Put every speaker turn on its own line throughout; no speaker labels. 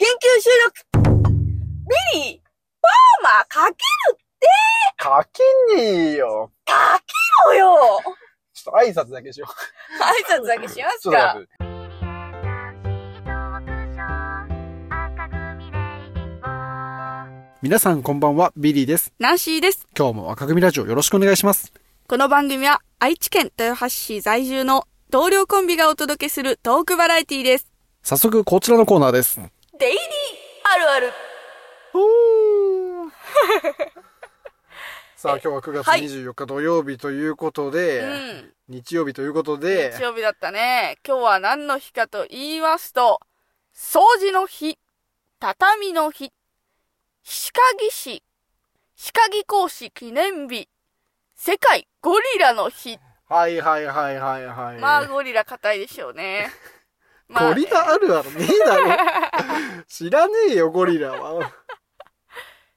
収録ビリーパーマかけるって
かけねえよ。
かけろよ
ちょっと挨拶だけしよう。
挨拶だけします
ちょっと
か
待って。皆さんこんばんは、ビリーです。
ナンシーです。
今日も若組ラジオよろしくお願いします。
この番組は愛知県豊橋市在住の同僚コンビがお届けするトークバラエティです。
早速、こちらのコーナーです。
デイリーあるある。
さあ、今日は9月
はい
24日土曜日ということで、
うん。
日曜日ということで
日、曜日だったね。今日は何の日かと言いますと、掃除の日、畳の日、歯科技師、歯科技講師記念日、世界ゴリラの日。
はいはいはいはいはい。
まあ、ゴリラ硬いでしょう ね。まあ
ゴリラあるあるねえだろ。 知らねえよ、ゴリラは。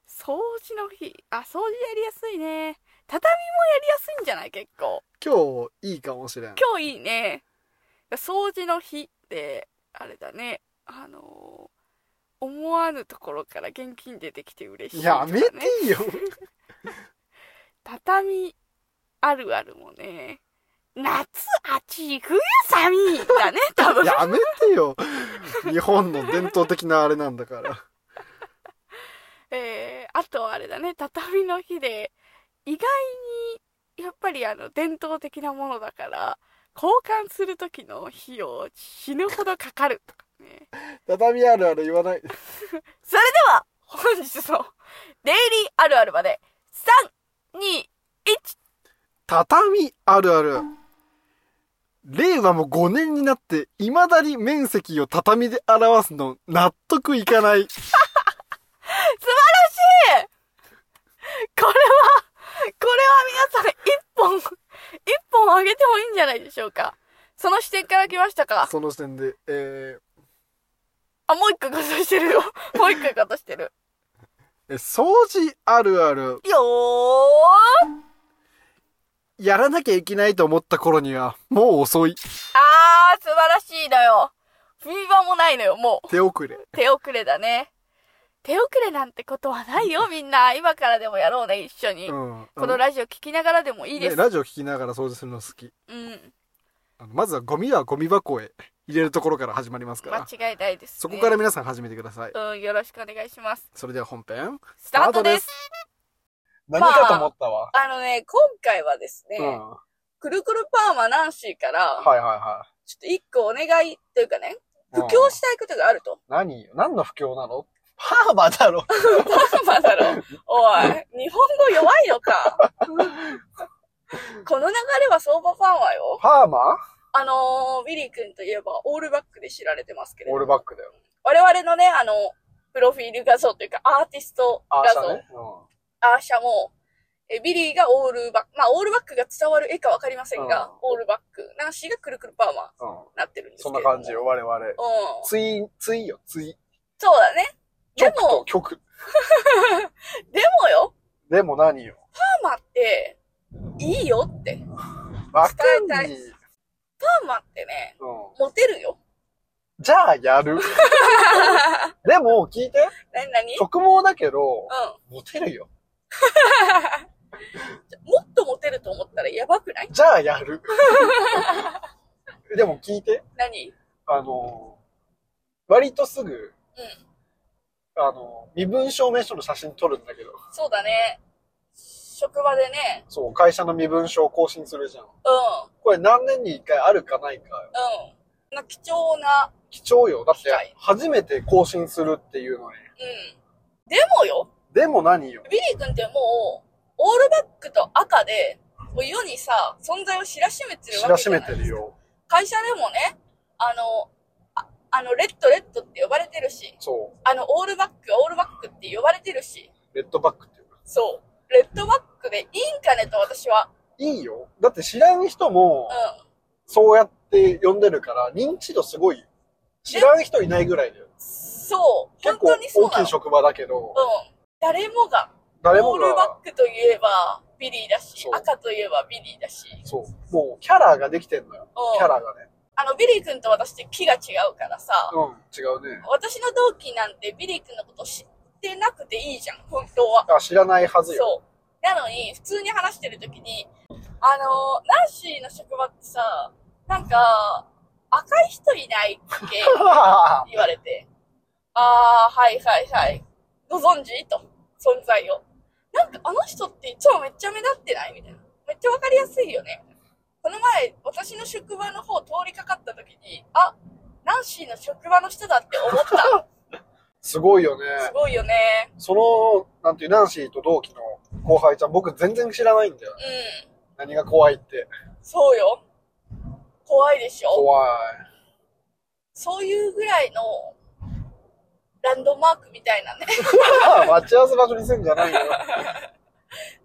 掃除の日。あ、掃除やりやすいね。畳もやりやすいんじゃない結構。
今日、いいかもしれん。
今日いいね。掃除の日って、あれだね。あのー思わぬところから現金出てきて嬉しい、ね。
やめてよ。
畳あるあるもね。夏暑い冬寒いだね、多分。
やめてよ。日本の伝統的なあれなんだから。
えー、あとあれだね、畳の日で、意外に、やっぱりあの、伝統的なものだから、交換する時の費用、死ぬほどかかるとかね。
畳あるある言わない。
それでは、本日の、デイリーあるあるまで、3、2、1、
畳あるある。令和も5年になって、未だに面積を畳で表すの、納得いかない。
これは、これは皆さん、1本、1本あげてもいいんじゃないでしょうか。その視点から来ましたか。
その視点で、え
あ、もう一個カットしてるよ。もう一個カットしてる。
ー、え掃除あるある。
よー
やらなきゃいけないと思った頃には、もう遅い。
あー、素晴らしいのよ。冬場もないのよ、もう。
手遅れ。
手遅れだね。手遅れなんてことはないよ、みんな。今からでもやろうね、一緒に。
うん。
このラジオ聞きながらでもいいです。
ねラジオ聞きながら掃除するの好き。
うん。
あのまずはゴミはゴミ箱へ入れるところから始まりますから。
間違いないです、ね。
そこから皆さん始めてください。
うん、よろしくお願いします。
それでは本編。
スタートです。
何
まあ
かと思ったわ。
あのね、今回はですね、
うん。は
くるくるパーマナンシーから、
いはいは
ちょっと一個お願いというかね、
い。
布
うん
教したいことがあると。
何よ何の不況なのパーマだろ
まあだろう。おい、日本語弱いのか。この流れは相場ファンはよ。
パーマ
あのー、ビリー君といえばオールバックで知られてますけれ
オ
ど、
ールバックだよ。
我々のね、あの、プロフィール画像というかアーティスト
あ
画
し
像、アー
た
シャ,、
ね。う
も、えビリーがオールバック、まあオールバックが伝わる絵かわかりませんが、オールバック、ナンシーがくるくるパーマ
ん。うん。
なってるんですけ
そん
れど
な
も
感じよ、。我々。
うん。
つい、ついよ、つい。
そうだね。で
曲と
も、
曲。
でもよ、
でも何よ。
パーマって、いいよって。
わか
伝え
ん
た
ないい。うん。
パーマってね、モテるよ。
じゃあや る。でも、聞いて。
なになにうん。
直毛だけど、モテるよ。
もっとモテると思ったらやばくない
じゃあやる。でも聞いて。
何
あの、割とすぐ、あの、身分証明書の写真撮るんだけど、
そうだね。職場でね、
そう、会社の身分証更新するじゃん。
うん、
これ何年に一回あるかないか。
うん。な貴重な、
貴重よ。だって
はい、
初めて更新するっていうの
うん。
に。
でもよ、
でも何よ。
ビリー君ってもう、オールバックと赤で、もう世にさ、存在を知らしめてる
知
わ
ら
けじ
し
ゃな
め
い
てるよ。
会社でもね、あの、ああの、レッドレッドって呼ばれてるし、
そ
あの、オールバックはオールバックって呼ばれてるし、
う、レッドバックっていうか。
そう。レッドバックでいいんかねと私は。
いいよ。だって知らん人も
う、ん。
そうやって呼んでるから、認知度すごいよ。知らん人いないぐらいだよ。
そう。
結
本
構
当にそう
大
な
きい
の。うん。
職場だけど、
誰もが、
誰
オ
も
ール
が
バ、ックといえばビリーだし
そ、う
赤といえばビリーだし、うん。
そう、もうキャラができてんのよ。キャラがね。
あの、ビリー君と私って気が違うからさ、
うん、違うね。
私の同期なんてビリー君のこと知ってなくていいじゃん、本当は。
あ、知らないはずよ。
そう。なのに、普通に話してるときに、あのー、ナンシーの職場ってさ、なんか、赤い人いないっけ言われて、あー、はいはいはい。ご存知と、存在を。なんかあの人っていつもめっちゃ目立ってないみたいな。めっちゃわかりやすいよね。この前、私の職場の方通りかかった時に、あ、ナンシーの職場の人だって思った。
すごいよね。
すごいよね。
その、なんていう、ナンシーと同期の後輩ちゃん、僕全然知らないんだよ。
うん。
何が怖いって。
そうよ。怖いでしょ
怖い。
そういうぐらいのランドマークみたいなね、
待ち合わせ場所にすんじゃないよ。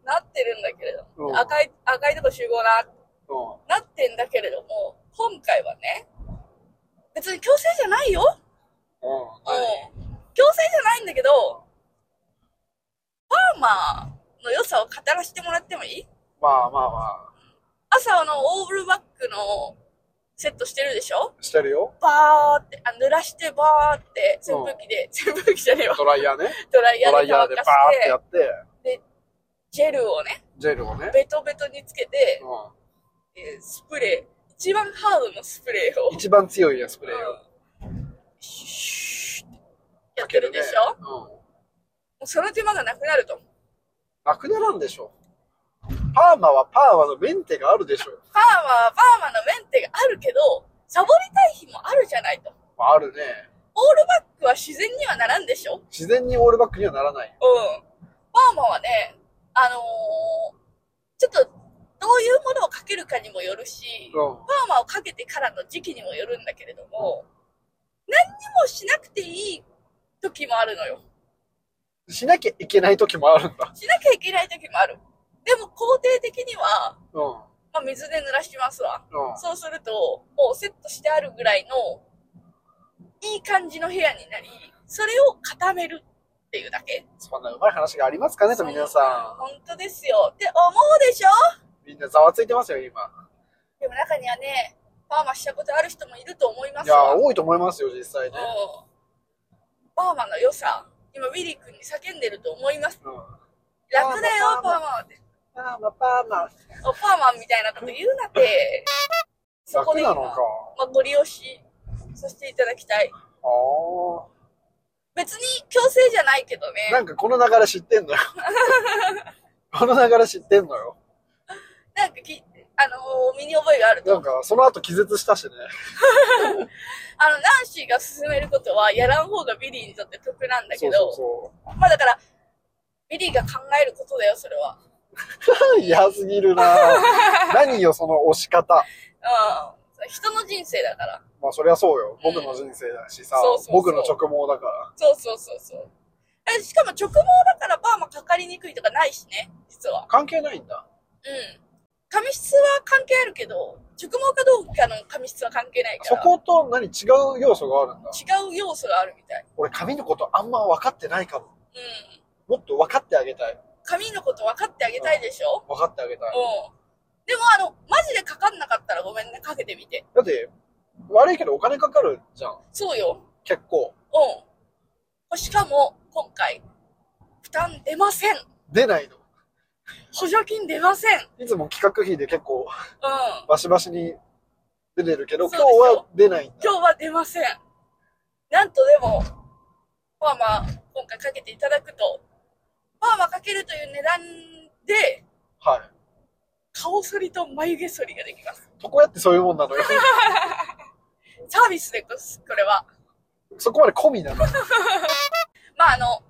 なってるんだけれども、
うん
赤い、赤いとこ集合な、
うん
なってんだけれども、今回はね、別に強制じゃないよ。
うん。
うん。強制じゃないんだけど、パーマの良さを語らせてもらってもいい
まあまあま
朝あのオールバックのセットしてるでしょ
あ、してるよ。
バーって、あ濡らしてバーって扇風機で、扇風機じゃねえわ。
ドライヤーね。
ドライヤ
ド
ー
ラ
で
イヤー
乾
で
か
バ
し
ーってや
て、
って、
ジェルをね、
ジェルをね。
ベトベトにつけて、
う
えースプレー、一番ハードのスプレーを
ん。、一番強いやスプレーを
うんシューってや
か
っ
け
て
る
る
ね。
でしょ、も
うん。
うその手間がなくなると思う。
なくならんでしょ。パーマはパーマのメンテがあるでしょ。
パーマはパーマのメンテがあるけど、サボりたい日もあるじゃないと。
まあ、あるね。
オールバックは自然にはならんでしょうん。
自然にオールバックにはならない。
パーマはね、あのーちょっと、どういうものをかけるかにもよるし、
うん。
パーマをかけてからの時期にもよるんだけれども、何にもしなくていい時もあるのよ。
しなきゃいけない時もあるんだ。
しなきゃいけない時もある。でも工程的には、
うん。
まあ、水で濡らしますわ。
うん。
そうすると、もうセットしてあるぐらいの、いい感じの部屋になり、それを固めるっていうだけ。
そんなうまい話がありますかねと皆さ
本当ですよ。って思うでしょ
ん。みんなざわついてますよ、今。
でも中にはね、パーマしたことある人もいると思いま
い
す
や
わ。、
多いと思いますよ、実際ね。
うんパーマの良さ、今、ウィリー君に叫んでると思います。
うん。
楽だよ、
パ
パー
ー
マって。
パーマ、パーマ。
おパーマみたいなこと言うなって。そこ
楽
で
な
今、
のか
ま。あ、ご利用しさせていただきたい。
ああ
別に強制じゃないけどね。
ー。なんかこの流れ知ってんのよ。この流れ知ってんのよ。
なんかき、あのー身に覚えがあると。
なんか、その後気絶したしね。
あの、ナンシーが勧めることは、やらん方がビリーにとって得なんだけ
そう
ど。
そうそ
まあだから、ビリーが考えることだよ、それは。
う。 嫌すぎ るな何よ、その押し方。
うん。人の人生だから。
まあ、そりゃそうよ。僕の人生だしさ
そうそうそ。う
僕の直毛だから。
そうそうそうそう。えしかも直毛だからパーマかかりにくいとかないしね、実は。
関係ないんだ。
うん。髪質は関係あるけど、直毛かどうかの髪質は関係ないか
そ
ら。
こと何違う要素があるんだ。
違う要素があるみたい。
俺、髪のことあんま分かってないかも。
うん。
もっと分かってあげたい。
髪のこと分かってあげたいでしょ
分かってあげたい。
うん。でもあの、マジでかかんなかったらごめんね、かけてみて。
だって、悪いけどお金かかるじゃん。
そうよ。
結構。
うん。しかも、今回、負担出ません。
出ないの。
補助金出ません。うん。
いつも企画費で結構バシバシに出てるけど、今日は出ないんだ。
今日は出ません。なんとでも、パーマ、今回かけていただくと、パーマかけるという値段で、
はい。
顔剃りと眉毛剃りができます。
そこやってそういうもんな のよ。
サービスでございます、これは。
そこまで込みなの。あ
まあ、あの、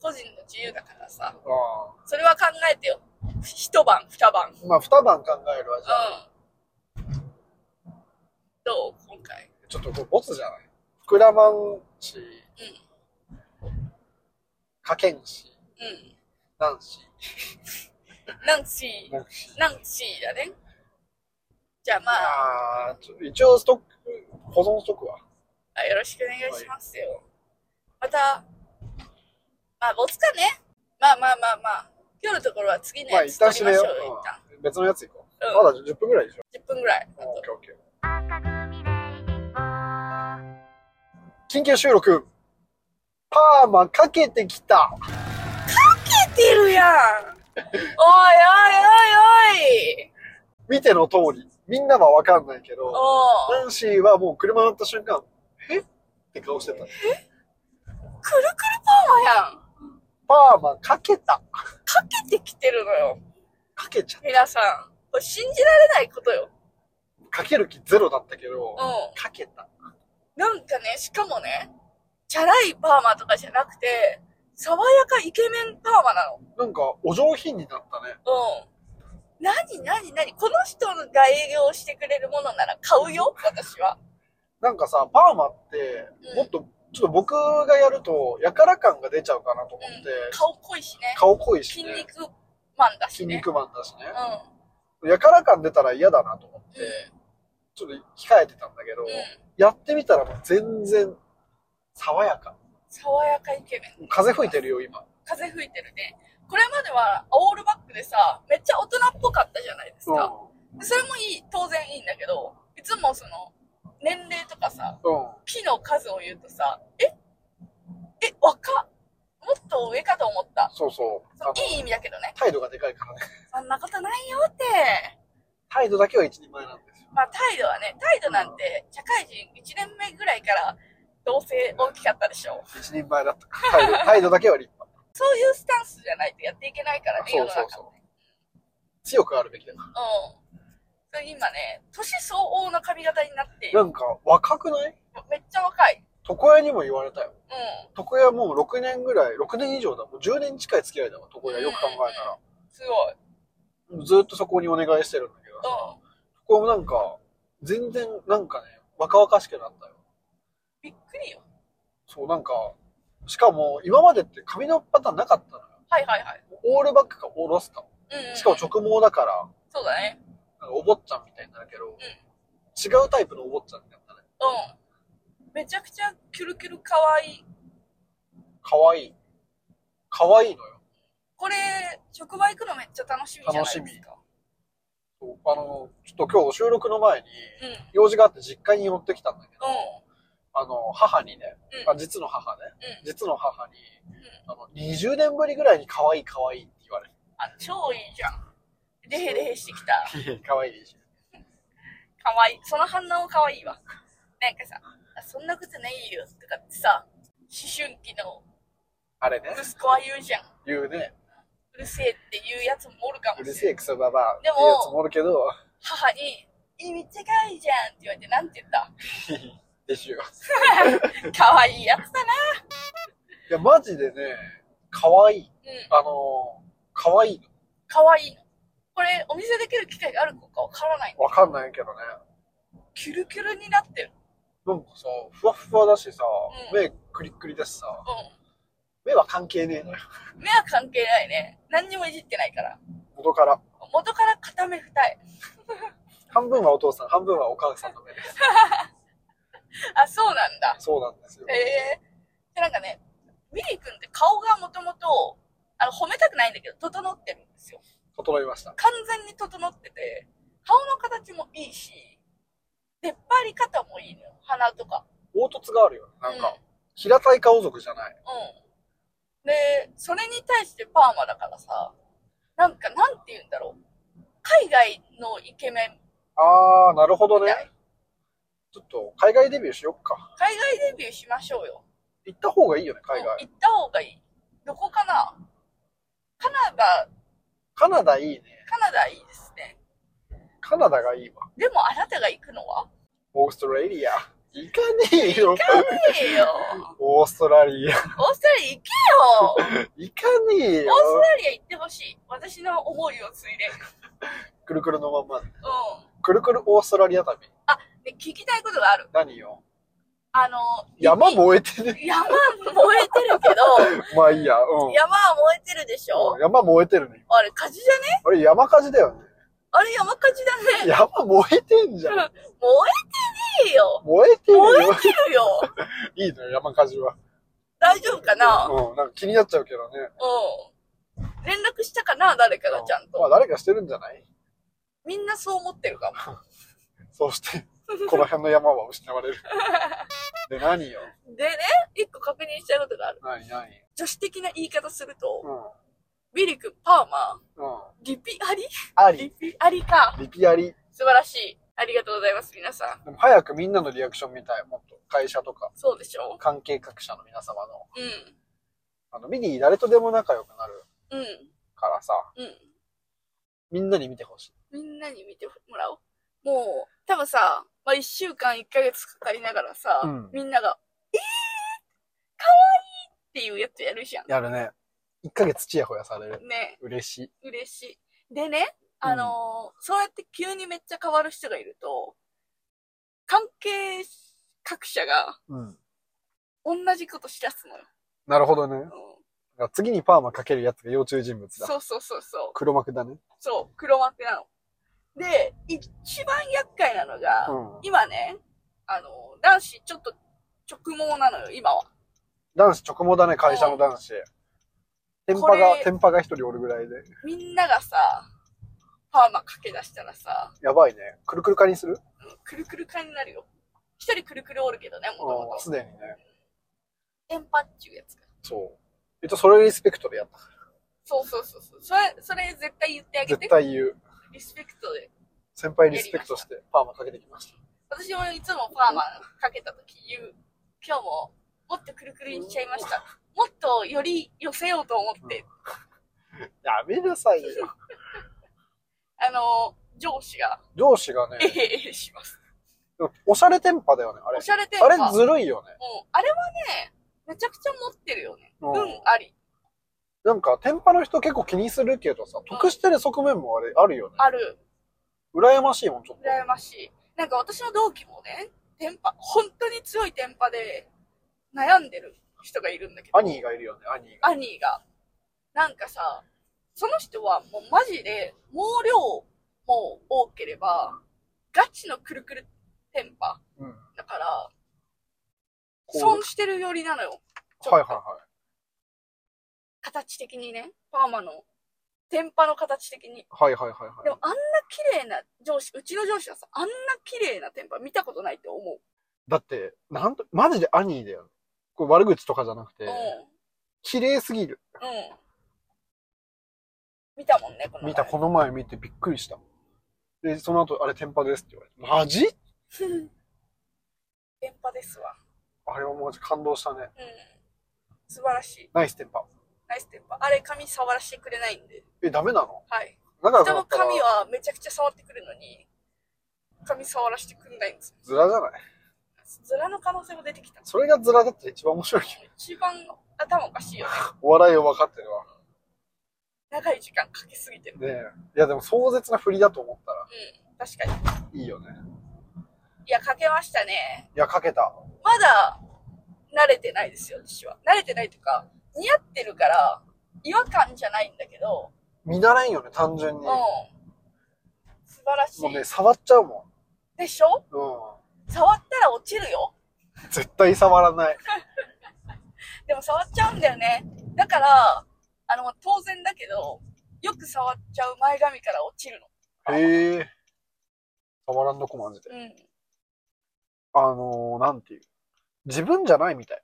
個人の自由だからさ、
あ
それは考えてよ。一晩、二晩。うん。
まあ、二晩考えるわ、じゃあ。
どう今回。
ちょっとこれボツじゃない膨らまんし、かけんし、
うん。
なんし。
なんし、
なん
なんしだね。じゃあまあ、
ああ、ちょ一応ストック、保存しとくわ。
あよろしくお願いしますよ。また、まあ、ボツかね。まあまあまあまあ、今日のところは次の
まあ、
や
一
つ
旦
取りま
閉め
しょう、
よう
一旦。。
うん別のやつ行こう。
うん
まだ10分ぐらいでしょ。
10分ぐらい。
オッケーオッケー。緊急収録。パーマかけてきた。
てるやんおいおいおいおい
見ての通り。みんなはわかんないけど。
おう
ナンシーはもう車乗った瞬間、えって顔してた。
くるくるパーマやん
パーマかけた。
かけてきてるのよ
かけちゃっ
皆さんこれ信じられないことよ
た。かける気ゼロだったけど、
う
かけた。
んなんかねしかもねチャラいパーマとかじゃなくて爽やかイケメンパーマなの
なんか、お上品になったね。
うん何何何この人が営業してくれるものなら買うよ私は
なんかさ、パーマって、
うん
もっと、ちょっと僕がやると、やから感が出ちゃうかなと思って、
顔濃いしね
顔濃いし、
筋
ね、
肉マンだし
筋
ね
肉マンだし
うん
ね、やから感出たら嫌だなと思って、ちょっと控えてたんだけど、
うんうん
やってみたらもう全然、爽やか。
爽やかイケメン
風吹いてるよ、今。
風吹いてるね。これまではオールバックでさ、めっちゃ大人っぽかったじゃないですか。
う
それもいい、当然いいんだけど、いつもその、年齢とかさ、
ん。うん。
木の数を言うとさ、ええ、若っもっと上かと思った。
そうそう。
そのいい意味だけどね。
態度がでかいからね。
そんなことないよって。
態度だけは一人前なんですよ。
まあ態度はね、態度なんて、社会人1年目ぐらいから、どうせ大きかったでしょう。
一人前だったから態度。態度だけは立派。
そういうスタンスじゃないとやっていけないからね、世
そ
の
う
中
そう
って
そう。強くあるべきだか
うん。それ今ね、年相応の髪型になってい
ら。
る
な。んか若くない
めっちゃ若い。
床屋にも言われたよ。
うん。
床屋もう6年ぐらい、6年以上だ。もう10年近い付き合いだわ、床屋よく考えたら。
すごい。
ずっとそこにお願いしてるんだけど
う
さ、
ん。
そこもなんか、全然なんかね、若々しくなったよ。
びっくりよ。
そう、なんか、しかも今までって髪のパターンなかったのよ。
はいはいはい。
オールバックかオールスか。
うん、うん。
しかも直毛だから、
そうだね。
なんかお坊ちゃんみたいになるけど、違うタイプのお坊ちゃんになったね。
うん。めちゃくちゃキュルキュル可愛い。
かわいい。かわいいのよ。
これ、職場行くのめっちゃ楽しみじゃないですか。
そうあの、ちょっと今日収録の前に、
うん。うん。
用事があって実家に寄ってきたんだけど、あの、母にね、
うん
あ実の母ね、
うん
実の母に、あの、20年ぶりぐらいに可愛い可愛いって言われ
あ、超いいじゃん。レヘレヘしてきた。
て。可愛いでし
可愛い。その反応可愛いわ。なんかさ、あそんなことないよとかってさ、思春期の
あれね、
息子は言うじゃん。
言うね、
うるせえって言うやつもおるか
う
も
る
し
せ
れな
え
い。
クソババアって
で
や
も
つもおるけど、
母に、え、めっちゃ可愛いじゃんって言われて、なんて言った
でしゅよ。
可愛いやつだな。
いや、マジでね、可愛い。
うん。
あの、可愛いの。
可愛いの。これ、お見せできる機会があるのかわからない。
わかんないけどね。
キュルキュルになってる。
なんかさ、ふわっふわだしさ、
うん
目クリックリだしさ、
う
目は関係ねえのよ。
ん。目は関係ないね。何にもいじってないから。
元から。
元から片目二重。
半分はお父さん、半分はお母さんの目です。
あ、そうなんだ。
そうなんですよ。
へえ。で、なんかね、ミリー君って顔がもともと、あの、褒めたくないんだけど、整ってるんですよ。
整いました。
完全に整ってて、顔の形もいいし、出っ張り方もいいのよ。鼻とか。
凹凸があるよね。なん
うん
か、平たい顔族じゃない。
うん。で、それに対してパーマだからさ、なんか、なんて言うんだろう。海外のイケメン
あー、なるほど
みた
ね。
い。
ちょっと、海外デビューしよっか。
海外デビューしましょうよ。
行った方がいいよね、海
うん
外。
行った方がいい。どこかなカナダ、
カナダいいね。
カナダいいですね。
カナダがいいわ。
でもあなたが行くのは
オーストラリア。行かねえよ
行。かねえ よ。
オーストラリア。
オーストラリア行けよ。
行かねえよ
オー。ストラリア行ってほしい。私の思いを継いで。
くるくるのまんまで。
うん。
くるくるオーストラリア旅。
で、聞きたいことがある。
何よ。
あの、
山燃えてね。
山燃えてるけど、
まあいいや。うん。
山は燃えてるでしょ、
うん山燃えてるね。
あれ火事じゃね
あれ山火事だよね。
あれ山火事だね。
山燃えてんじゃん。
燃えてねえよ。
燃えてる
燃
よ。
えてるよ。
いいのよ、山火事は。
大丈夫かなうん。
うん、なんか気になっちゃうけどね。
連絡したかな誰かがちゃん
まあ
と。
誰かしてるんじゃない
みんなそう思ってるかも。
そうして。この辺の山は失われる。で、何よ
でね、一個確認したいことがある。
何何
女子的な言い方すると、
うん。
ビリ君、パーマ、
うん。
リピアリ
あ
リ
り。
ピアリか。
リピアリ。
素晴らしい。ありがとうございます、皆さん。
でも早くみんなのリアクション見たい。もっと。会社とか、
そうでしょ
関係各社の皆様の。
うん。
あの、ミニー誰とでも仲良くなる
うん。
からさ、
うん。
みんなに見てほしい。
みんなに見てもらおう。もう、多分さ、まあ、一週間、一ヶ月かかりながらさ、
うん
みんなが、えー、かわいいっていうやつやるじゃん。
やるね。1ヶ月チヤホヤされる。
ね、
嬉しい。
嬉しい。でね、あのーそうやって急にめっちゃ変わる人がいると、関係各社が
うん。
同じことしだすのよ。
なるほどね
う。ん
だから次にパーマかけるやつが要注意人物だ。
そうそうそうそう。
黒幕だね。
そう、黒幕なの。で、一番厄介なのが、
うん。
今ね、あの、男子ちょっと直毛なのよ、今は。
男子直毛だね、会社の男子。天パ
こ
が、
れ
天パが一人おるぐらいで。
みんながさ、パーマかけ出したらさ、
やばいね。くるくる化にする
うんくるくる化になるよ。一人くるくるおるけどね、もと
う
も
ん。す
と。
でにね。
テンパっちゅうやつが。
そう。えっと、それリスペクトでやった。
そうそうそうそう。それ、それ絶対言ってあげ
絶
て。
対言う。
リスペクトで。
先輩リスペクトしてパーマかけてきました。
私もいつもパーマかけたとき言う。今日ももっとくるくるいっちゃいました。もっとより寄せようと思って
やめなさいよ。
あの、上司が、
上司が
え
ね、
へへへします。
でもおしゃれ天パだよね、あれ
お。しゃれ店舗。
あれ
もう、
ずるいよね。
あれはね、めちゃくちゃ持ってるよね。
う
うんん、あり。
なんか、天パの人結構気にするけどさ、得してる側面もあれ、あるよね。
ある。
羨ましいもん、ちょっと。
羨ましい。なんか私の同期もね、テンパ、本当に強いテンパで悩んでる人がいるんだけど、
アニーがいるよね、アニーが。
アニーが。なんかさ、その人はもうマジで、毛量も多ければ、ガチのくるくるテンパ
うん。
だから、
こう
損してる寄りなのよ。ちょっと
はいはいは
形的にね、パーマの、天パの形的に。
い。はいはいはい
で
は
も。
い
あんな綺麗な上司、うちの上司はさ、あんな綺麗な天パ見たことないと思う。
だって、なんと、マジでアニーだよ。これ悪口とかじゃなくて、綺麗すぎる。
うん。うん。見たもんね、この前。
見 た、この前見てびっくりした。で、その後、あれ、天パですって言われて。マジ
天パですわ。
あれはマジ感動したね。
うん。素晴らしい。
ナイス天パ。
ナイス天パ。あれ、髪触らせてくれないんで。
え、ダメなの
はい。
仲良く
人の
なったら
髪はめちゃくちゃ触ってくるのに、髪触らせてくれないんです。
ズラじゃない
ズラの可能性も出てきた。
それがズラだったら一番面白い。
一番頭おかしいよね。
お笑いを分かってるわ。
長い時間かけすぎてる。
ねえ。いや、でも壮絶な振りだと思ったら
うん。確かに。
いいよね。
いや、かけましたね。
いや、かけた。
まだ、慣れてないですよ、私は。慣れてないというか、似合ってるから、違和感じゃないんだけど、
見習いよね、単純に。
うん
も。
素晴らし
うね、
い。
触っちゃうも
でしょ
ん。う
触ったら落ちるよ。
ん。絶対触らない。
でも触っちゃうんだよね。だから、あの、当然だけど、よく触っちゃう前髪から落ちるの。
へえ。触らんどこマジで。
うん。
あのー、なんていう。自分じゃないみたい。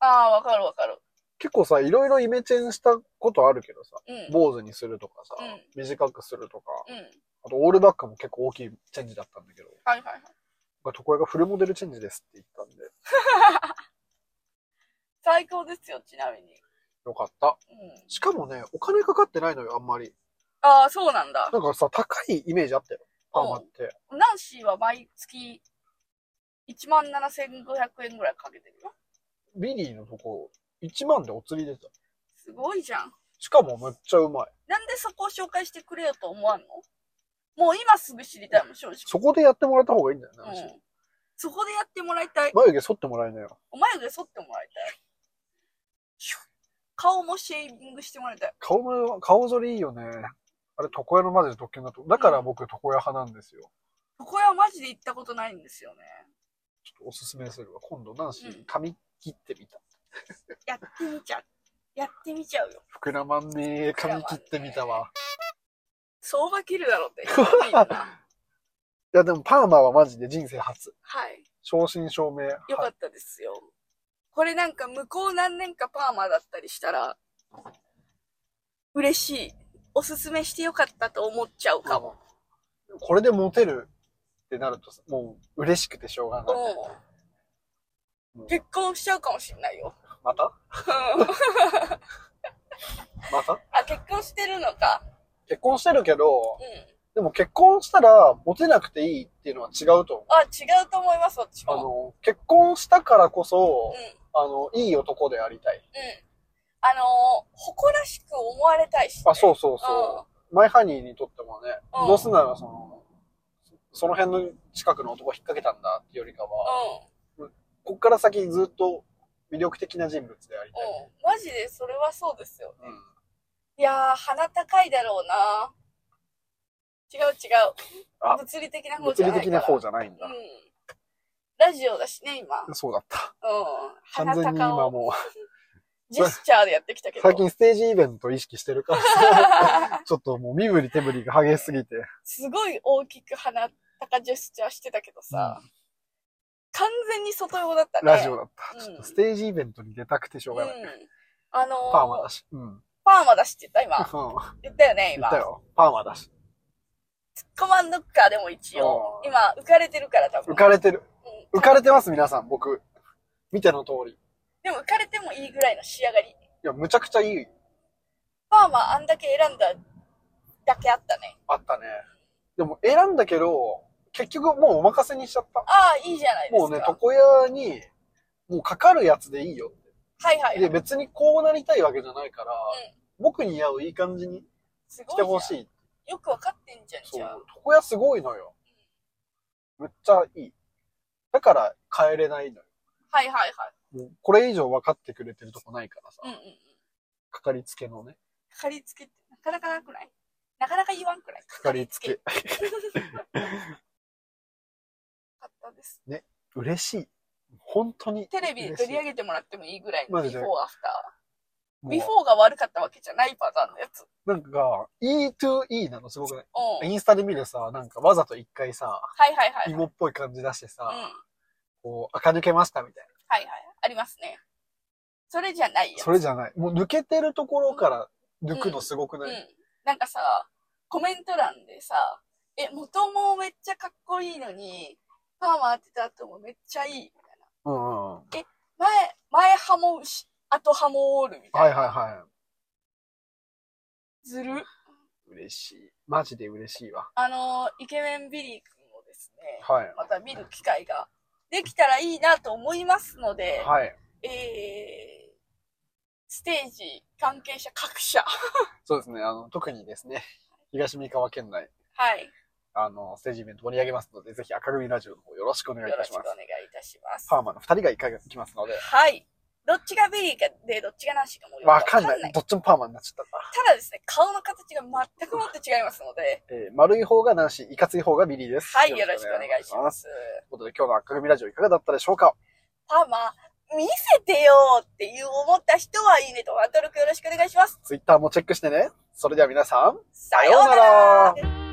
ああ、わかるわかる。
結構さ、いろいろイメチェンしたことあるけどさ、
うん。
坊主にするとかさ、
うん
短くするとか、
うん。
あとオールバックも結構大きいチェンジだったんだけど、
はいはいはい。
床屋がフルモデルチェンジですって言ったんで、
最高ですよ、ちなみに。
よかった。
うん。
しかもね、お金かかってないのよ、あんまり。
ああ、そうなんだ。
なんかさ、高いイメージあったよ。パーマって。
ナンシーは毎月17,500円ぐらいかけてるよ。
ビリーのとこ、1万でお釣り出た。
すごいじゃん。
しかもめっちゃうまい。
なんでそこを紹介してくれよと思わんのもう今すぐ知りたいもん、正直。
そこでやってもらった方がいいんだよね。私
うん。そこでやってもらいたい。
眉毛剃ってもらえなよ。
お前毛剃ってもらいたい。シュッ顔もシェービングしてもらいたい。
顔も、顔剃りいいよね。あれ、床屋のマジで特権だと。だから僕、床屋派なんですよ。
ここはマジで行ったことないんですよね。
ちょっとおすすめするわ。今度、ナンシ
う
ー、
ん
髪切ってみた。
やってみちゃう。やってみちゃうよ。
膨らまんねえ、
膨らまん
髪
ね
切ってみたわ。
相場切るだろうって言っていいな。
や、でもパーマはマジで人生初。
はい。
正真正銘。
よかったですよ。これなんか向こう何年かパーマだったりしたら、嬉しい。おすすめしてよかったと思っちゃうかも。
これでモテるってなると、もう嬉しくてしょうがない。
うん。結婚しちゃうかもしんないよ。
また
うん
また
あ、結婚してるのか。
結婚してるけど
う、ん。
でも結婚したらモテなくていいっていうのは違うと思う。
あ、違うと思います、私
あ
も。
の、結婚したから
う
こ
ん。
そ
うん、。
あの、いい男でありたい。
あのー誇らしく思われたいし、ね。
あ、そううそうそう。マイハニーにとってもね、
うん
どうすんならその、その辺の近くの男引っ掛けたんだってよりかは、
ん。
こっから先ずっと魅力的な人物でありたい。
うん。マジでそれはそうですよ。
うん
いやー、鼻高いだろうな。違う違
あ
う。物理的な方
物
じゃな
理
いから。
的な方じゃないんだ
う。ん。ラジオだしね、今。うん。
そうだ った。完
鼻
全に
高
今
を
も
ジェスチャーでやってきた
う、
けど。
最近ステージイベント意識してるから、 ちょっともう身振り手振りが激しすぎて。
すごい大きく鼻高ジェスチャーしてたけどさ、完全に外用だったね。
ラジオだった。
うん
ちょっとステージイベントに出たくてしょうがない。
うん。あのー
パーマだし。うん。
パーマだしって言った今。
うん
言ったよね、
言
今。
ったよ。パーマだし。
コマンドッカーでも一応。
うん
今、浮かれてるから多分。
浮かれてる。
うん
浮かれてます、皆さん、僕。見ての通り。い
でも浮かれてもいいぐらいの仕上がり。
や、むちゃくちゃいい。
パーマあんだけ選んだだけあったね。
あったね。でも選んだけど、結局もうお任せにしちゃった。
ああ、いいじゃないです
も
か。
うね、床屋に、もうかかるやつでいいよっ
はいは
て。
い。
で、別にこうなりたいわけじゃないから、
ん
僕に合ういい感じに
すごい
して
じゃん
ほしい。
よくわかってんじゃん、
そ
じゃあ。
う。床屋すごいのよ。むっちゃいい。だから帰れないのよ。
はいはいは
もうこれ以上分かってくれてるとこないからさ
い。う。んうんうん。
かかりつけのね。
かかりつけってなかなかなくないなかなか言わんくない
かかりつけ
か。ったです。
嬉しい。本当に。
テレビで取り上げてもらってもいいぐらいの
マ
ビ
ジ
フ
で
ォーアフター。
もう
ビフォーが悪かったわけじゃないパターンのやつ。うん。
なんか、E2E なのすごくない
はい
インスタで見るさ、なんかわざと一回さ、
はいはい。うん。
芋っぽい感じ出してさ、
はい
こう、垢抜けましたみたい
はい。ありますね。それじゃないよ
な。。それじゃない。もう抜けてるところから抜くのすごく
う
ない、
ん。なんかさ、コメント欄でさ、え、元もめっちゃかっこいいのに、パーマ当てた後もめっちゃいい、みたいな。
うん、うんうんは
前、前歯もし、後歯もおる、み
い
たいな。
はいは
ずる。
い。嬉しい。マジで嬉しいわ。
あのーイケメンビリー君をですね、
はい。
また見る機会ができたらいいなと思いますので、
はい。
えー、ステージ関係者各社、
そうですね。あの、特にですね、東三河県内、
はい、
あの、ステージイベント盛り上げますので、ぜひ赤組ラジオの方よろしくお願いい
よろ
た
し
し
くお
ま
願
す。
いいたします。
パーマの二人が一回来ますので、
はい。どっちがビリーかで、どっちがナンシーかもよく
わかんない。どっちもパーマになっちゃったな。
ただですね、顔の形が全くもって違いますの で、
えー丸い方がナンシー、いかつい方がビリーです。。
はい、よろしくお願いしますす。
ということで今日の赤組ラジオいかがだったでしょうか
パーマ、見せてよっていう思った人はいいねと、ワントルクよろしくお願いします。
ツイッターもチェックしてね。それでは皆さん、
さようなら。